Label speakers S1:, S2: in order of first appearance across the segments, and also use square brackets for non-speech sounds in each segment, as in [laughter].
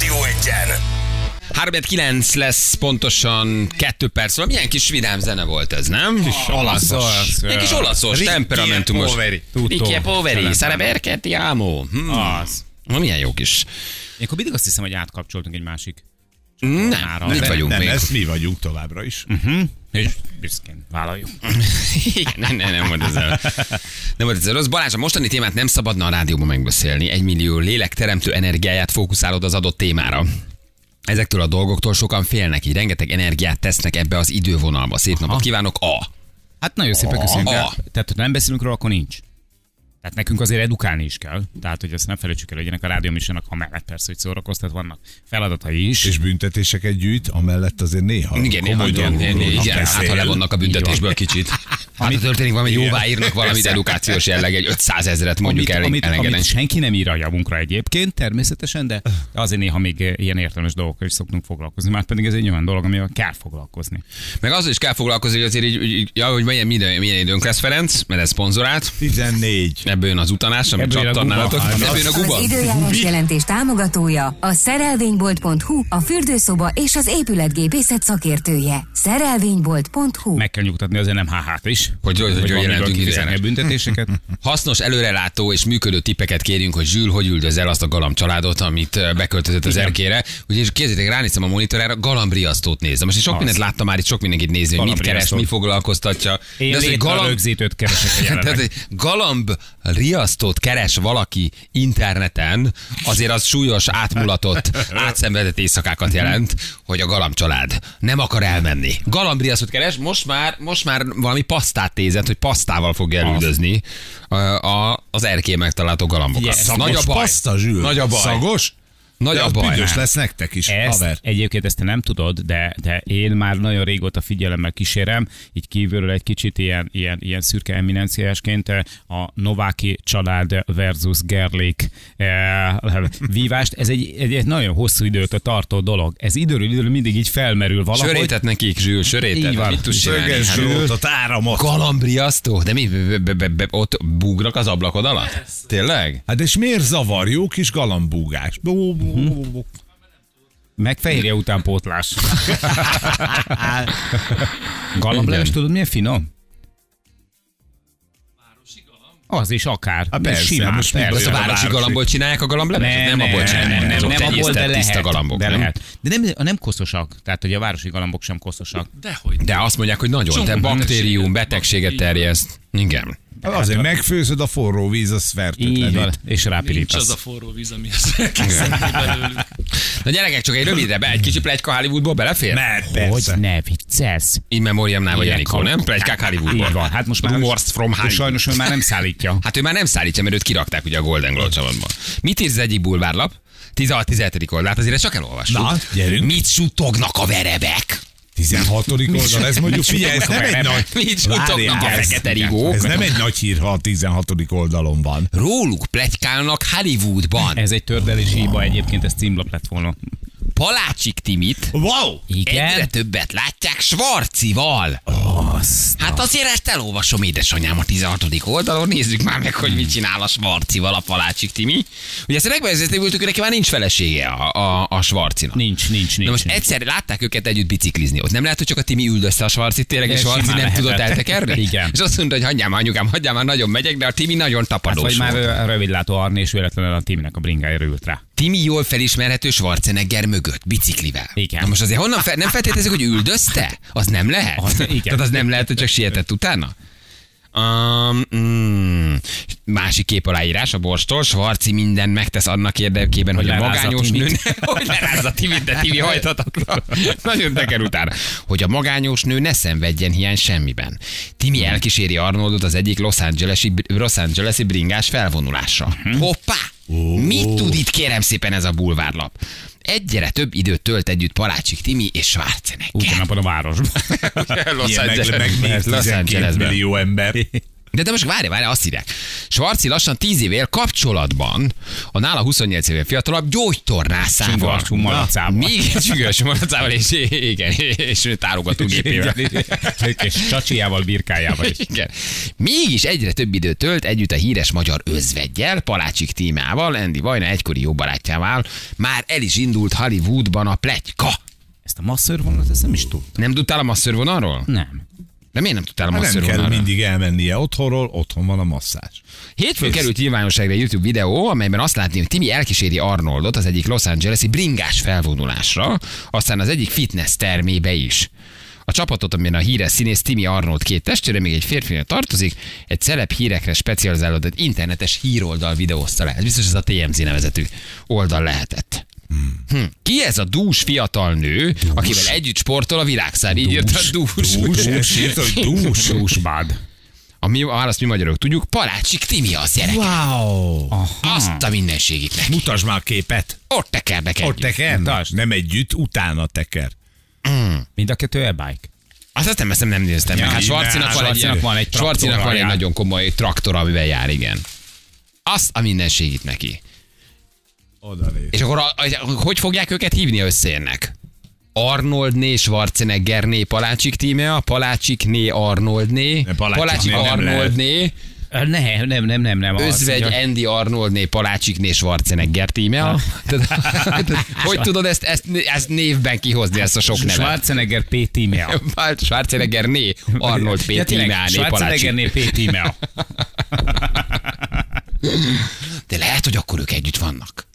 S1: legyen!
S2: 39 lesz pontosan 2 perc. van. Milyen kis vidám zene volt ez, nem? Kis
S3: Ah, olaszos.
S2: Egy kis olaszos,
S3: Ricchi e
S2: temperamentumos.
S3: poveri. Ah. Tudom.
S2: Ricchi e poveri.
S3: Szeretem.
S2: Szereberketi ámó. Hmm.
S3: Az.
S2: Na, milyen jó kis.
S4: Én akkor mindig azt hiszem, hogy átkapcsoltunk egy másik.
S2: Nem,
S4: Ára.
S2: itt
S4: Nem,
S2: vagyunk
S3: nem,
S2: még.
S3: ez mi vagyunk továbbra is.
S4: És büszkén vállaljuk.
S2: [laughs] Igen, nem, nem, nem volt ezzel. Nem volt ezzel rossz. Balázs, a mostani témát nem szabadna a rádióban megbeszélni. Egy millió lélek teremtő energiáját fókuszálod az adott témára. Ezektől a dolgoktól sokan félnek, így rengeteg energiát tesznek ebbe az idővonalba. Szép napot kívánok, A.
S4: Hát nagyon szépen köszönjük.
S2: Aha.
S4: el. Tehát, ha nem beszélünk róla, akkor nincs. Tehát nekünk azért edukálni is kell. Tehát, hogy ezt nem felejtsük el, hogy ennek a rádiómisának, ha mellett persze, hogy szórakoztat, vannak feladatai is.
S3: És büntetéseket gyűjt, amellett azért néha.
S2: Igen, néha
S3: komoly
S2: igen,
S3: dolgokról
S2: igen, igen, hát ha
S3: beszél.
S2: levonnak a büntetésből kicsit. Ami történik, valami jóvá írnak valamit edukációs jelleg, egy 500 ezeret mondjuk
S4: amit,
S2: el,
S4: amit,
S2: elengedni.
S4: amit senki nem ír a javunkra egyébként, természetesen, de azért néha még eh, ilyen értelmes dolgokkal is szoktunk foglalkozni. Már pedig ez egy olyan dolog, amivel kell foglalkozni.
S2: Meg azzal is kell foglalkozni, hogy azért így, így, így ja, hogy milyen, milyen, milyen időnk lesz Ferenc, mert ez szponzorált.
S3: 14.
S2: Ebből jön az utanás, amit
S4: Ebből jön a
S2: csattannálatok.
S4: guba.
S2: Ebből jön a guba.
S5: Az időjárás jelentés támogatója a szerelvénybolt.hu, a fürdőszoba és az épületgépészet szakértője. Szerelvénybolt.hu
S4: Meg kell nyugtatni azért nem hh is.
S2: Hogy- hogy- hogy
S4: van
S2: jelentünk
S4: miből kifizetni
S2: időjárást.
S4: a
S2: [laughs]
S4: büntetéseket.
S2: Hasznos, előrelátó és működő tippeket kérünk, hogy Zsül, hogy üldözel azt a galamb családot, amit eh, beköltözött az erkére. Ugye kézzétek, ránézem a monitorára, galambriasztót nézem. Most én sok
S4: Az.
S2: mindent láttam már, itt sok mindenkit nézni, hogy mit keres,
S4: Galambriasztót.
S2: mi foglalkoztatja.
S4: Én
S2: az, hogy
S4: létre galamb... rögzítőt
S2: [laughs]
S4: keresek a
S2: Tehát
S4: jelenleg.
S2: egy galamb riasztót keres valaki interneten, azért az súlyos, átmulatott, átszenvedett éjszakákat jelent, hogy a galamb család nem akar elmenni. Galamb riasztót keres, most már, most már valami pasztát tézett, hogy pasztával fog elüldözni a, a, az erkély megtalálható galambokat.
S4: Yes.
S2: Nagy a
S3: Szagos
S2: baj.
S3: paszta, Zsül.
S2: Nagy a baj.
S3: Szagos?
S2: Nagy
S3: De
S2: a
S3: az
S2: baj. hát.
S3: Büdös lesz nektek is,
S4: Ezt,
S3: haver.
S4: Egyébként ezt te nem tudod, de, de én már nagyon régóta figyelemmel kísérem, így kívülről egy kicsit ilyen, ilyen, ilyen szürke eminenciásként eh, a Nováki család versus Gerlik eh, [laughs] vívást. Ez egy, egy, egy nagyon hosszú időt tartó dolog. Ez időről időről mindig így felmerül valahogy.
S2: Sörétet nekik, Zsül,
S4: Így
S2: sörétet.
S4: van.
S2: Mit tudsz csinálni?
S3: Szöges
S2: Hát,
S3: Zsül, ott áramot.
S2: Galambriasztó? De mi? Be, be, be, be, ott búgnak az ablakod alatt? Tényleg?
S3: Hát és miért zavar? Jó kis galambúgás. Bú, bú, bú, bú, bú.
S4: Meg fehérje
S3: [laughs]
S4: utánpótlás. Galambleves,
S2: Igen.
S4: tudod, milyen finom? Az is akár.
S3: Hát persze,
S4: simán,
S3: most mi
S4: persze.
S2: Azt a
S3: Olyan
S2: városi
S3: városi.
S2: galambból csinálják a galamblemezt? Nem, nem, abból csinálják.
S4: nem, nem,
S2: Azok
S4: nem abból, de
S2: tenyésztett
S4: lehet.
S2: tiszta galambok,
S4: de
S2: nem?
S4: lehet. De nem, nem koszosak, tehát hogy a városi galambok sem koszosak.
S1: Dehogy.
S2: De azt mondják, hogy nagyon, te
S1: Csomó
S2: baktérium,
S1: betegséget,
S2: betegséget
S1: baktérium.
S2: terjeszt. Igen.
S3: Azért
S2: hát.
S3: megfőzöd a forró víz, az
S4: Így van,
S3: fertőtlenít.
S4: és
S1: Nincs az
S4: rápirítasz.
S1: a forró víz, ami az elkezdeni belőlük.
S2: Na gyerekek, csak egy rövidebb, egy kicsi plegyka Hollywoodból belefér?
S3: Mert
S4: Hogy
S3: persze.
S4: ne viccelsz?
S2: In memoriamnál vagy
S4: Ilyen
S2: Enikó, nem?
S4: kalapok.
S2: Plegykák Hollywoodból.
S4: Így van, hát most már...
S2: Rumors from
S4: most
S2: Hollywood.
S4: Sajnos ő már nem szállítja.
S2: Hát ő már nem szállítja, mert őt kirakták ugye a Golden Globe csapatban. Mit ír az egyik bulvárlap? 16-17. oldalát, Hát azért ezt csak elolvassuk.
S3: Na, gyerünk.
S2: Mit sutognak a verebek?
S3: 16. oldal, ez mondjuk, figyelj, ez nem egy nagy...
S2: Mit sutognak a
S3: Várjál, ez-
S2: fekete rigók?
S3: Ez nem egy nagy hír, ha a 16. oldalon van.
S2: Róluk plegykálnak Hollywoodban.
S4: Ez egy tördelési hiba egyébként, ez címlap lett volna.
S2: Palácsik Timit
S3: Wow!
S2: egyre többet látják Svarcival. Hát azért ezt elolvasom édesanyám a 16. oldalon, nézzük már meg, hogy mit csinál a Svarcival a Palácsik Timi. Ugye ezt megbeszélték, hogy neki már nincs felesége a, a, a Svarcinak.
S4: Nincs, nincs, nincs.
S2: Na most
S4: nincs.
S2: egyszer látták őket együtt biciklizni. Ott nem lehet, hogy csak a Timi üldözte a Svarcit tényleg, és
S4: Ez
S2: Svarci nem
S4: simán
S2: tudott
S4: lehetett.
S2: eltekerni?
S4: Igen.
S2: És azt mondta, hogy hagyjál már anyukám, hagyjál már, nagyon megyek, de a Timi nagyon
S4: Hát
S2: tapadós
S4: vagy
S2: volt.
S4: már ö, rövidlátó Arni, és véletlenül a tímnek a bringájára ült rá.
S2: Timi jól felismerhető Schwarzenegger mögött, biciklivel.
S4: Igen.
S2: Na most azért honnan fe, nem feltételezik, hogy üldözte? Az nem lehet?
S4: Az- igen.
S2: Tehát az nem lehet, hogy csak sietett utána? Um, mm, másik kép aláírás a borstól, Svarci minden megtesz annak érdekében, hogy,
S4: Hogy
S2: hogy a
S4: lerázza
S2: magányos
S4: Timit.
S2: nő ne, [laughs] hogy lerázza Timit, de Timi hajthatatlan. [laughs] Nagyon teker utána. Hogy a magányos nő ne szenvedjen hiány semmiben. Timi elkíséri Arnoldot az egyik Los Angeles-i, Los Angeles-i bringás felvonulása. Hoppá! Mit tud itt kérem szépen ez a bulvárlap? Egyre több időt tölt együtt Palácsik Timi és Schwarzenegger.
S4: Ugyanabban a városban. [laughs]
S2: [laughs] Los
S3: Ilyen meg,
S2: Angeles-
S3: meg még
S2: Los
S3: 12
S2: Angelesben.
S3: [laughs] millió ember.
S2: De, de most várj, várj, azt írják. Svarci lassan 10 évél kapcsolatban a nála 28 évvel fiatalabb gyógytornászával.
S4: Csungarcsú malacával.
S2: Még egy csungarcsú malacával, és igen, és tárogatógépével.
S4: És csacsiával, birkájával is.
S2: Igen. Mégis egyre több időt tölt együtt a híres magyar özvegyel, Palácsik tímával, Andy Vajna egykori jó barátjával. Már el is indult Hollywoodban a pletyka.
S4: Ezt a masször vonalat, ezt nem is tud.
S2: Nem tudtál a masszörvonalról?
S4: Nem.
S2: De miért nem tudtál a
S3: Hát nem kell
S2: masszörvonalról?
S3: mindig elmennie otthonról, otthon van a masszázs.
S2: Hétfőn került nyilvánosságra egy YouTube videó, amelyben azt látni, hogy Timi elkíséri Arnoldot az egyik Los Angeles-i bringás felvonulásra, aztán az egyik fitness termébe is. A csapatot, amilyen a híres színész Timi Arnold két testvére még egy férfinél tartozik, egy celeb hírekre specializálódott internetes híroldal videózta le. Ez biztos ez a TMZ nevezetű oldal lehetett. Hm. Ki ez a dús fiatal nő, dús. akivel együtt sportol a világszár? Így jött a dús.
S3: Dús, és írt,
S2: [laughs]
S3: hogy dús.
S4: Húsbád.
S2: A mi, a választ mi magyarok tudjuk, Palácsik Timi az gyerek.
S3: Wow!
S2: Hm. Azt a mindenségit neki.
S3: Mutasd már a képet.
S2: Ott tekernek
S3: Ott
S2: együtt.
S3: teker? Nem együtt, utána teker.
S4: Mind a kettő e-bike.
S2: Azt azt nem eszem, nem néztem meg.
S4: Ja,
S2: Hát Svarcinak
S4: ne,
S2: van, egy,
S4: Schwarzinak
S2: van
S4: van
S2: egy,
S4: egy
S2: Svarcinak van
S4: traktorral
S2: egy
S4: jár.
S2: nagyon komoly traktor, amivel jár, igen. Azt a mindenségit neki.
S3: Oda néz.
S2: És akkor a, a, hogy fogják őket hívni összeérnek? Arnoldné, Schwarzeneggerné, Palácsik tíme, a Palácsikné, Arnoldné,
S3: Ne, Palácsikné
S2: Palácsik
S3: nem lehet.
S2: Arnoldné,
S4: Ne, nem, nem, nem, nem.
S2: Özvegy Andy Arnoldné, Palácsikné, Schwarzenegger tíme. Tehát- [laughs] tehát Hogy tudod ezt, ezt, ezt névben kihozni, ezt a sok nevet?
S4: Schwarzenegger P. [laughs] Tímea.
S2: [laughs] Schwarzenegger né, Arnold P.
S4: Ja, tényleg,
S2: Tímeáné, Palácsik.
S4: Schwarzeneggerné P. Tímea.
S2: De lehet, hogy akkor ők együtt vannak.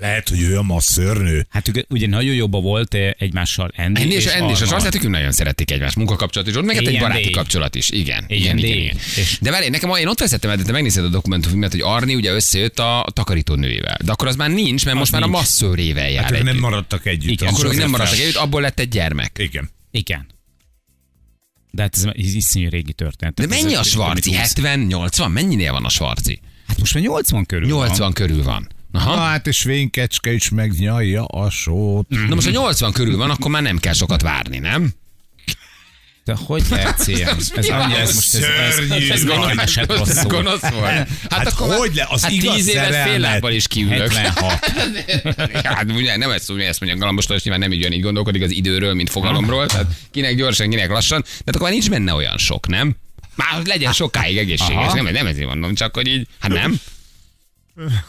S3: Lehet, hogy ő a masszörnő.
S4: Hát ők ugye nagyon jobban volt eh, egymással Andy,
S2: Enni és, Enni és a
S4: Arnold.
S2: Sarcetikünk nagyon szerették egymást. Munkakapcsolat is ott, meg hát egy
S4: Igen,
S2: baráti
S4: D.
S2: kapcsolat is. Igen.
S4: Igen,
S2: Igen,
S4: D.
S2: igen, igen.
S4: És-
S2: De várj, nekem én ott veszettem el, de te megnézed a dokumentumfilmet, hogy Arni ugye összejött a takarító nőjével. De akkor az már nincs, mert most már a
S4: nincs.
S2: masszőrével jár.
S3: Hát ők
S2: együtt.
S3: nem maradtak együtt.
S4: Igen,
S3: az
S2: akkor ők
S3: biztos.
S2: nem maradtak együtt, abból lett egy gyermek.
S3: Igen.
S4: Igen. De hát ez már is- iszonyú régi történet.
S2: De
S4: Tehát
S2: mennyi
S4: ez-
S2: a
S4: ez-
S2: Svarci?
S4: amit-
S2: 70, 80? Mennyinél van a Svarci?
S4: Hát most már 80 körül
S2: 80 körül van.
S3: Na
S2: Aha.
S3: hát, és vénkecske is megnyalja a sót.
S2: Na most, ha 80 körül van, akkor már nem kell sokat várni, nem?
S4: De hogy lehet ilyen?
S2: [laughs]
S4: Ez
S2: nyilván
S4: annyira, ez most ez, ez,
S3: szörnyű.
S4: ez, ez
S3: Gonosz-
S4: nagyon esett
S2: gonosz,
S4: rosszul.
S2: gonosz volt. Hát,
S3: Hát
S2: akkor már-
S3: hogy le- az
S2: hát
S3: igaz
S2: 10 éves
S3: szerelmet.
S2: fél lábbal is kiülök.
S4: 76.
S2: [laughs] hát ugye nem ezt, ugye ezt mondja Galambos Lajos, nyilván nem így, így gondolkodik az időről, mint fogalomról, tehát kinek gyorsan, kinek lassan, de hát akkor már nincs benne olyan sok, nem? Már hogy legyen sokáig egészséges,
S4: Aha.
S2: nem, nem ezért mondom, csak hogy így, hát nem?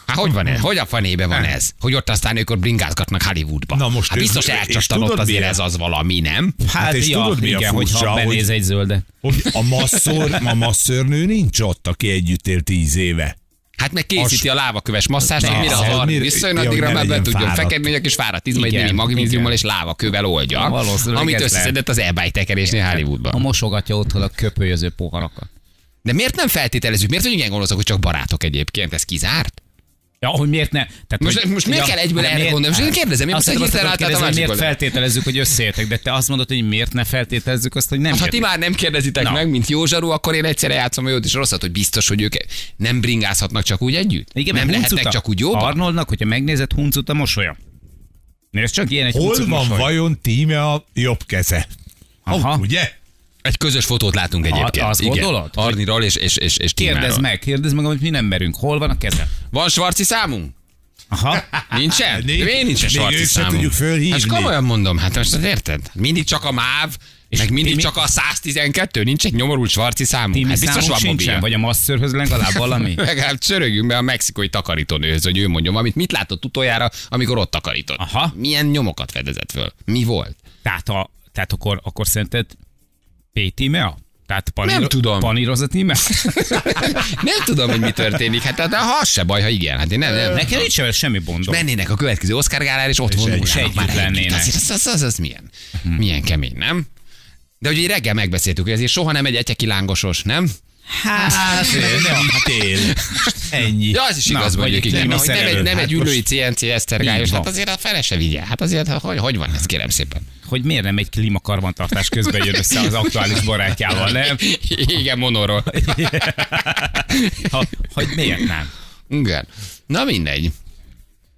S2: Hát hogy van ez? Hogy a fanébe van ez? Hogy ott aztán ők ott bringázgatnak Hollywoodba?
S3: Na most
S2: hát
S3: ők-
S2: biztos
S3: és
S2: elcsattan ott
S3: tudod,
S2: azért
S3: milyen?
S2: ez az valami, nem?
S4: Hát,
S3: és
S4: ja,
S3: tudod, mi a
S4: igen,
S3: furcsa,
S4: hogyha
S3: hogy-
S4: benéz egy zöldet.
S3: Hogy a, masszor, a masszörnő nincs ott, aki együtt él tíz éve.
S2: Hát meg készíti a lávaköves masszást, hogy mire
S3: Persze,
S2: a
S3: mire-
S2: visszajön,
S3: ja,
S2: addigra
S3: hogy ne
S2: már be
S3: legyen
S2: tudjon
S3: fáradt.
S2: feketni, hogy a kis fáradt izmait
S4: Igen,
S2: némi magnóziummal
S4: igen.
S2: és lávakövel oldja.
S4: Valószínűleg
S2: Amit
S4: ez
S2: összeszedett az e tekerésnél
S4: A
S2: Hollywoodban.
S4: mosogatja otthon a köpölyöző poharakat.
S2: De miért nem feltételezzük? Miért vagyunk ilyen gonoszak, hogy csak barátok egyébként? Ez kizárt?
S4: Ja, hogy miért ne? Tehát,
S2: Most-
S4: hogy,
S2: most miért kell egyből erre gondolni? Most én kérdezem, én
S4: Azt
S2: most
S4: hittem,
S2: hirtelen
S4: azt
S2: átálltam
S4: akarod kérdezni, hogy
S2: a másik
S4: miért
S2: oldalra.
S4: feltételezzük, hogy összeértek, de te azt mondod, hogy miért ne feltételezzük azt, hogy nem
S2: Hát, ha ti
S4: értek.
S2: már nem kérdezitek
S4: Na.
S2: meg, mint jó zsaru, akkor én egyszerre játszom a jót és rosszat, hogy biztos, hogy ők nem bringázhatnak csak úgy együtt?
S4: Igen,
S2: nem
S4: mert
S2: lehetnek
S4: huncuta.
S2: csak úgy jóban?
S4: Arnoldnak, hogyha megnézed, huncut a mosolya. Nézd csak, ilyen egy
S3: Hol
S4: huncut
S3: van
S4: mosoly.
S3: vajon tíme a jobb keze?
S4: Aha.
S3: Oh, ugye?
S2: Egy közös fotót látunk egyébként.
S4: azt
S2: Igen.
S4: gondolod?
S2: Arniról és, és, és, és
S4: Kérdezd
S2: Tímáról.
S4: meg, kérdezd meg, amit mi nem merünk. Hol van a keze?
S2: Van svarci számunk? [laughs]
S4: Aha. Hát,
S2: Nincsen?
S3: Nincs.
S2: Miért nincsen
S3: Még
S2: sarci
S3: őt se
S2: számunk?
S3: tudjuk fölhívni.
S2: Hát komolyan mondom, hát most azt érted? Mindig csak a MÁV, és meg mindig
S4: Timi-
S2: csak a 112, nincs egy nyomorult svarci számunk.
S4: Timi
S2: hát biztos
S4: számunk
S2: van
S4: sincsen,
S2: mobil.
S4: vagy a masszörhöz legalább
S2: [laughs]
S4: valami.
S2: Legalább csörögjünk be a mexikai takarítónőhöz, hogy ő mondjon, amit mit látott utoljára, amikor ott takarított.
S4: Aha.
S2: Milyen nyomokat fedezett föl? Mi volt? [laughs]
S4: Tehát, a, tehát akkor, akkor szerinted Péti Mea? Tehát paníro,
S2: Nem tudom.
S4: Panírozott
S2: [laughs]
S4: íme?
S2: nem tudom, hogy mi történik. Hát de ha az se baj, ha igen. Hát én nem, nem.
S4: Nekem nincs vele semmi bondom.
S2: Mennének a következő Oscar gálára, és ott
S4: együtt.
S2: vonulnának
S4: Együtt
S2: már együtt.
S4: lennének. Mhm.
S2: Azért az, az, az, az milyen, milyen kemény, nem? De ugye reggel megbeszéltük, hogy ezért soha nem egy egyeki lángosos, nem?
S4: Hát, [laughs]
S3: Nem ítél. Ennyi.
S2: Ja, az is
S4: Na,
S2: igaz,
S4: vagy
S2: mondjuk,
S4: egy
S2: igen.
S4: nemi
S2: Hogy nem egy,
S4: szerelő.
S2: nem
S4: Hát
S2: egy
S4: most-
S2: ülői CNC esztergályos,
S4: Így van.
S2: hát azért a fele se vigye. Hát azért, hogy, hogy van ez, kérem szépen.
S4: hogy miért nem egy klímakarbantartás közben jön össze az aktuális barátjával, Hát, nem?
S2: [laughs] Igen,
S4: [laughs]
S2: monorról.
S4: Ha, hogy miért nem?
S2: Igen. Na mindegy.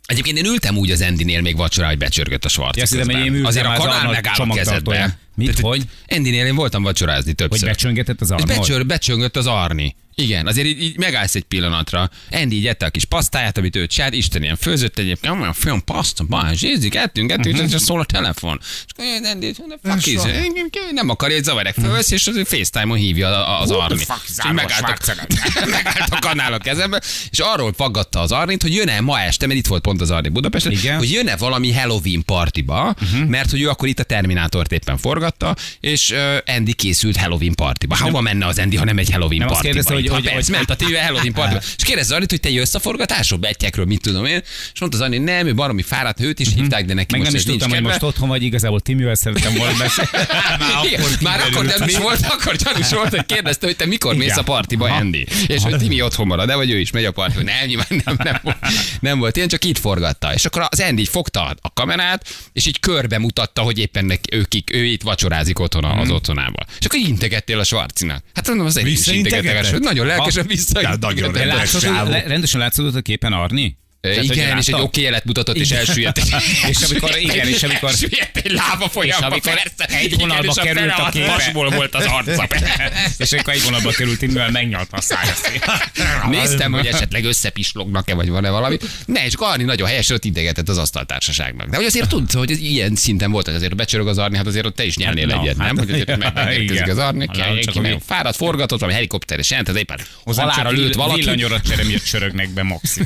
S2: Egyébként én ültem úgy az Endinél még vacsorá, hogy becsörgött a
S4: Ja,
S2: svart.
S4: azt hittem, hogy én ültem
S2: Azért a
S4: az
S2: kanál
S4: Arnold
S2: megáll a
S4: csomagtartóján.
S2: kezedbe.
S4: Mit,
S2: Tehát,
S4: hogy?
S2: Endinél én voltam vacsorázni
S4: Hogy
S2: többször.
S4: becsöngetett az armod?
S2: És becsör, becsöngött az Arni. Igen, azért így, így megállsz egy pillanatra. Andy így ette a kis pasztáját, amit ő csinált, Isten ilyen főzött egyébként, olyan film paszta, báns, ízik, ettünk, ettünk, uh-huh. és csak szól a telefon. És akkor jön Andy, hogy the fuck is, it? nem akarja, hogy zavarják, fölvesz, és az ő FaceTime-on hívja a- a- az Arni. És így megállt a- [laughs] megállt a kanál a kezembe, és arról faggatta az Arnit, hogy jön-e ma este, mert itt volt pont az Arni Budapesten,
S4: Igen. Mhm.
S2: hogy jön-e valami Halloween partiba, uh-huh. mert hogy ő akkor itt a Terminátort éppen forgatta, és ö, Andy készült Halloween partiba. Hova menne az Andy, ha nem egy Halloween
S4: Nem, azt
S2: partiba?
S4: kérdezte, hogy-
S2: Itt, ha
S4: hogy-
S2: perc,
S4: hogy- Hát.
S2: ment a TV Halloween partiba. És kérdezte Arnit, hogy te jössz a forgatásról, betyekről, mit tudom én. És mondta az Arni, nem, ő baromi fáradt, őt is hívták, de neki
S4: Mhm. Meg
S2: most
S4: nem is
S2: ez nincs
S4: tudtam, hogy
S2: kedve.
S4: most otthon vagy, igazából Timivel szerettem volna beszélni.
S2: [laughs] Már, Igen, akkor, már akkor nem is volt, akkor gyanús volt, hogy kérdezte, hogy te mikor
S4: Igen.
S2: mész a partiba,
S4: Aha.
S2: Andy. És hogy Timi otthon marad, de vagy ő is megy a partiba. Nem, nyilván nem, nem, volt, nem volt ilyen, csak itt forgatta. És akkor az Andy így fogta a kamerát, és így körbe mutatta, hogy éppen neki, ő, kik, ő itt vacsorázik otthon az
S4: Hmm.
S2: otthonában. És akkor így integettél a Svarcinak. Hát mondom, az egy is
S3: Visszaintegetett?
S2: integetek, és nagyon lelkesen vissza.
S3: nagyon
S4: De
S3: rendes
S4: látszott, hogy
S3: csávó.
S4: le- rendesen látszódott a képen Arni? Tehát, hogy
S2: E, Igen, és egy
S4: látta?
S2: oké élet mutatott, és elsüllyedt.
S4: És
S2: [laughs]
S4: amikor- igen, és amikor-
S2: Elsüllyedt egy lába folyamban,
S4: amikor
S2: persze.
S4: egy
S2: Igen,
S4: vonalba
S2: és
S4: került
S2: fele
S4: a képe.
S2: hasból volt az arca.
S4: [laughs] És egy kajvonalba került, Timivel megnyalta a szája szét.
S2: Néztem, hogy esetleg összepislognak-e, vagy van-e valami. Ne, és akkor Arni nagyon helyesen ott integetett az asztaltársaságnak. De hogy azért tudsz, hogy ez ilyen szinten volt, hogy azért becsörög az Arni, hát azért ott te is nyernél
S4: Hát na,
S2: egyet, nem?
S4: hát-
S2: Hogy azért meg- megérkezik
S4: Igen.
S2: az Arni,
S4: Ha nem, csak
S2: ki-
S4: ami-
S2: fáradt forgatott, valami helikopter, és jelent, ez éppen
S4: Hozzám
S2: halára
S4: csak
S2: lőtt
S4: vill-
S2: valaki.
S4: Villanyorat csere miatt csörögnek be Maxi.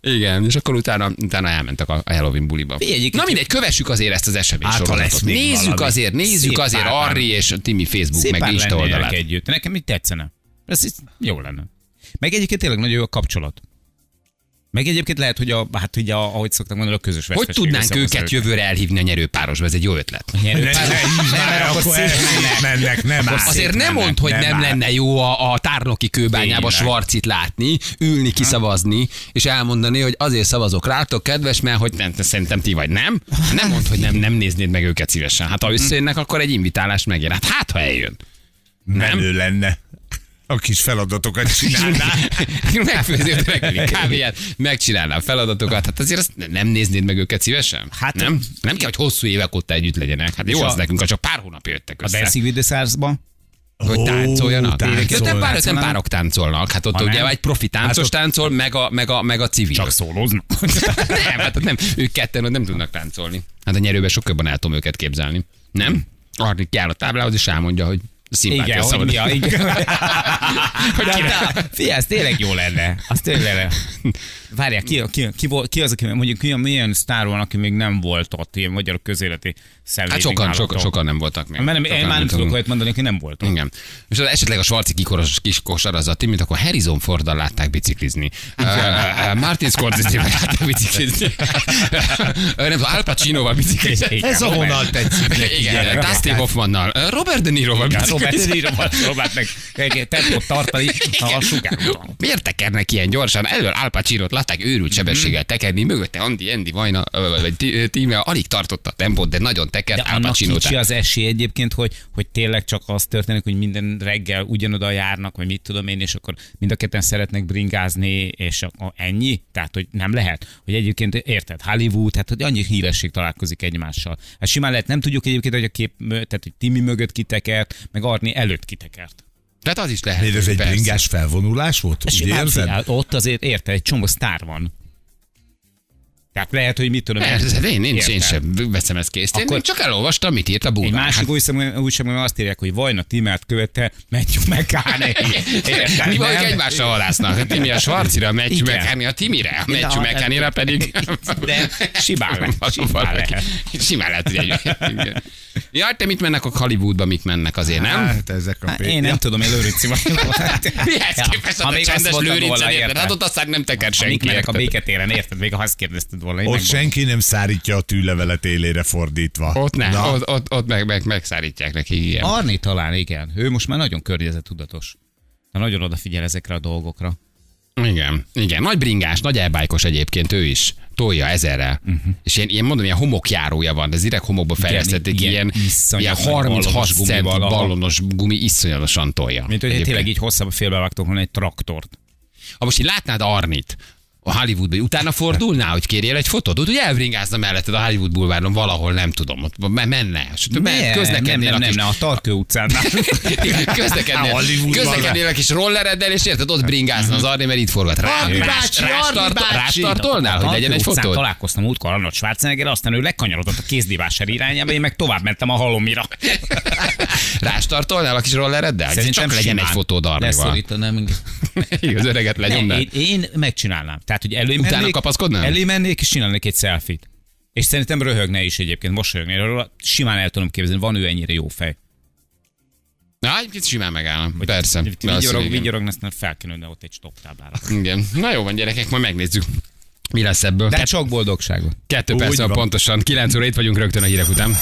S2: Igen, és akkor utána, utána elmentek a a Halloween buliba. Na mindegy, kövessük azért ezt az esemény
S3: Hát, ha
S2: sorozatot.
S3: lesz még
S2: Nézzük
S3: valami.
S2: azért, nézzük
S4: Szép
S2: azért
S4: pár-
S2: Arri és a Timi Facebook meg
S4: Szépen
S2: Insta
S4: lennének
S2: oldalát.
S4: együtt. Nekem így tetszene. Ez így jó lenne. Meg egyébként tényleg nagyon jó a kapcsolat. Meg egyébként lehet, hogy a, hát ugye, a, ahogy szoktak mondani, a közös
S2: Hogy
S4: veszteség
S2: tudnánk
S4: összehozza
S2: őket jövőre elhívni a nyerőpárosba? Ez egy jó ötlet.
S4: Nyerő-
S3: Ne, ne, hívd már, akkor elmennek, nem áll.
S2: Azért nem mondd, hogy nem lenne jó a, a tárnoki kőbányába
S4: Tényleg.
S2: Svarcit látni, ülni, kiszavazni, és elmondani, hogy azért szavazok rátok, kedves, mert hogy nem, szerintem ti vagy, nem? Nem mondd, hogy nem, nem néznéd meg őket szívesen. Hát ha
S4: Mhm.
S2: összejönnek, akkor egy invitálást megér. Hát, hát ha eljön.
S3: Menő lenne. A kis feladatokat csinálná.
S2: [laughs] Megfőződ reggeli kávéját, megcsinálnám feladatokat, hát azért azt nem néznéd meg őket szívesen?
S4: Hát-
S2: nem? Nem kell, hogy hosszú évek óta együtt legyenek. Hát jó
S4: És
S2: az
S4: a-
S2: nekünk, ha csak pár hónapja jöttek
S4: A
S2: össze.
S4: Dancing with the Stars-ba.
S2: Hogy táncoljanak?
S3: táncolnak.
S2: Jó, nem, pár, nem párok táncolnak. Hát ott
S4: Ha
S2: ugye
S4: nem?
S2: egy profi táncos táncol, meg a, meg a, meg a civil.
S4: Csak szólóznak.
S2: [laughs] nem, hát ott nem. Ők ketten ott nem tudnak táncolni. Hát a nyerőben sok jobban el tudom őket képzelni. Nem? Arni kiáll a táblához, és elmondja, hogy szimpátia
S4: Igen, hogy
S2: szabad. [laughs]
S4: mi a... Igen.
S2: Hogy
S4: Hogy
S2: ki-
S4: Fia, ez tényleg jó lenne. Az tényleg lenne. Várják, ki, ki, ki, volt- ki, az, aki mondjuk ki, milyen sztár van, aki még nem volt ott, ilyen magyar közéleti szemlélet.
S2: Hát sokan, sokan, sokan nem voltak még.
S4: Mert nem,
S2: Sokan
S4: én már nem tudok
S2: voltak.
S4: olyat mondani, aki nem volt ott.
S2: Igen. És az esetleg a svarci kikoros kis kosarazati, mint akkor Harrison Forddal látták biciklizni. Uh, uh, Martin Scorsese-vel látták biciklizni. Ö, nem tudom, Al Pacinoval biciklizni.
S4: Igen.
S3: Ez ahonnan tetszik neki,
S2: Igen,
S3: gyerekek.
S2: Dustin Hoffmannal, ö, Robert De Niroval
S4: Szóval Robert
S2: biciklizni.
S4: Niro próbált meg egy tempót tartani a sugárúton.
S2: Miért tekernek ilyen gyorsan? Elől Al Pacinot látták őrült
S4: Mhm.
S2: sebességgel tekerni, mögötte Andi, Andy Vajna, ö, vagy tí- ö, tíme alig tartotta a tempót, de nagyon
S4: De
S2: tekert Al
S4: annak
S2: Pacino
S4: kicsi
S2: után.
S4: az esély egyébként, hogy, hogy tényleg csak az történik, hogy minden reggel ugyanoda járnak, vagy mit tudom én, és akkor mind a ketten szeretnek bringázni, és akkor ennyi? Tehát, hogy nem lehet. Hogy egyébként érted, Hollywood, tehát, hogy annyi híresség találkozik egymással. Hát simán lehet, nem tudjuk egyébként, hogy a kép, mö- tehát, hogy Timi mögött kitekert, meg Arni előtt kitekert.
S2: Tehát az is lehet.
S3: Ez egy
S2: persze.
S3: bringás felvonulás volt? Úgy
S4: Simán
S3: érzed?
S4: figyel, ott azért érte, egy csomó sztár van. Tehát lehet, hogy mit tudom
S2: Persze, de én, nincs, én
S4: érted?
S2: sem Hát- veszem ezt kész. Én
S4: Akkor-
S2: csak elolvastam, mit írt a
S4: Egy
S2: bulvár.
S4: másik újságban újságban azt írják, hogy Vajna Timát követte, Matthew
S2: [laughs]
S4: McConaughey. Érted?
S2: hát, Mi van,
S4: Hát, Nem?
S2: hogy egymásra halásznak? A Timi a Svarcira, a Matthew
S4: Igen.
S2: McCann, a Timire, a Matthew
S4: De-
S2: McCannira pedig...
S4: De simán lehet, simán
S2: Valaki.
S4: lehet.
S2: Simán lehet, hogy egy- Igen. Jaj, te mit mennek a Hollywoodba, mit mennek azért, nem?
S3: Hát ezek a
S4: Hát Én nem tudom, én Lőrinci vagyok.
S2: [laughs] Mihez
S4: Ja,
S2: képest
S4: ha
S2: az a
S4: még azt
S2: csendes
S4: mondtam
S2: lőrincen
S4: volna,
S2: érted?
S4: érted?
S2: Hát ott aztán nem teker senki.
S4: Senki a
S2: érted?
S4: béketéren, érted? Még ha azt kérdezted volna, én
S3: Ott
S4: megmondom.
S3: senki nem szárítja a tűlevelet élére fordítva.
S2: Ott nem,
S3: Na,
S2: ott, ott, ott meg, meg, megszárítják neki ilyen.
S4: Arni talán, igen. Ő most már nagyon környezettudatos. De nagyon odafigyel ezekre a dolgokra.
S2: Igen, igen. Nagy bringás, nagy elbájkos egyébként ő is. Tolja ezerrel. Uh-huh. És ilyen, ilyen, mondom, ilyen homokjárója van, de ez direkt homokba fejlesztették,
S4: Mhm. igen,
S2: ilyen, ilyen
S4: iszonyat nagy
S2: 36
S4: ballonos
S2: cent
S4: gumival, aha.
S2: ballonos gumi iszonyatosan tolja.
S4: Mint hogy
S2: Egyébként.
S4: tényleg így hosszabb félbevágtok volna egy traktort.
S2: Ha most így látnád Arnit, a Hollywoodba, utána fordulná, hogy kérjél egy fotót, ott ugye elbringázna melletted a Hollywood bulváron valahol, nem tudom, ott me- menne, sőt, me-
S4: nem,
S2: közlekednél
S4: nem,
S2: a
S4: nem,
S2: kis
S4: nem, a Tarkő utcán.
S2: Igen,
S4: A
S2: közlekednél,
S4: Hollywoodban.
S2: közlekednél a kis rollereddel, és érted, ott bringázna az Arni, mert itt forgat. Rá,
S4: Arni
S2: rá-
S4: bácsi,
S2: rástart-
S4: Arni bácsi.
S2: Rástartolnál, hogy
S4: Tarkő
S2: legyen egy
S4: utcán
S2: fotód?
S4: Találkoztam múltkor Arnold Schwarzenegger, aztán ő lekanyarodott a kézdivásár irányába, én meg tovább mentem a halomira.
S2: [laughs] Rástartolnál a kis rollereddel? Csak legyen egy fotód Arnival. [laughs]
S4: Leszorítanám.
S2: Igen, Az öreget
S4: Én,
S2: legyomnád.
S4: én megcsinálnám. Tehát, hogy elé
S2: Utána
S4: mennék-
S2: kapaszkodnál?
S4: Elé mennék, és csinálnék egy selfit. És szerintem röhögne is egyébként, mosolyogni róla. Simán el tudom képzelni, van ő ennyire jó fej.
S2: Na, egy kicsit simán megállom. Persze. Valószínűleg
S4: Vigyorog,
S2: igen.
S4: vigyorog, aztán felkenődne ott egy stop táblára.
S2: Igen. Na jó van, gyerekek, majd megnézzük. Mi lesz ebből?
S4: De csak boldogságot.
S2: Kettő
S3: Úgy
S2: perc van
S3: van.
S2: pontosan. Kilenc óra itt vagyunk rögtön a hírek után.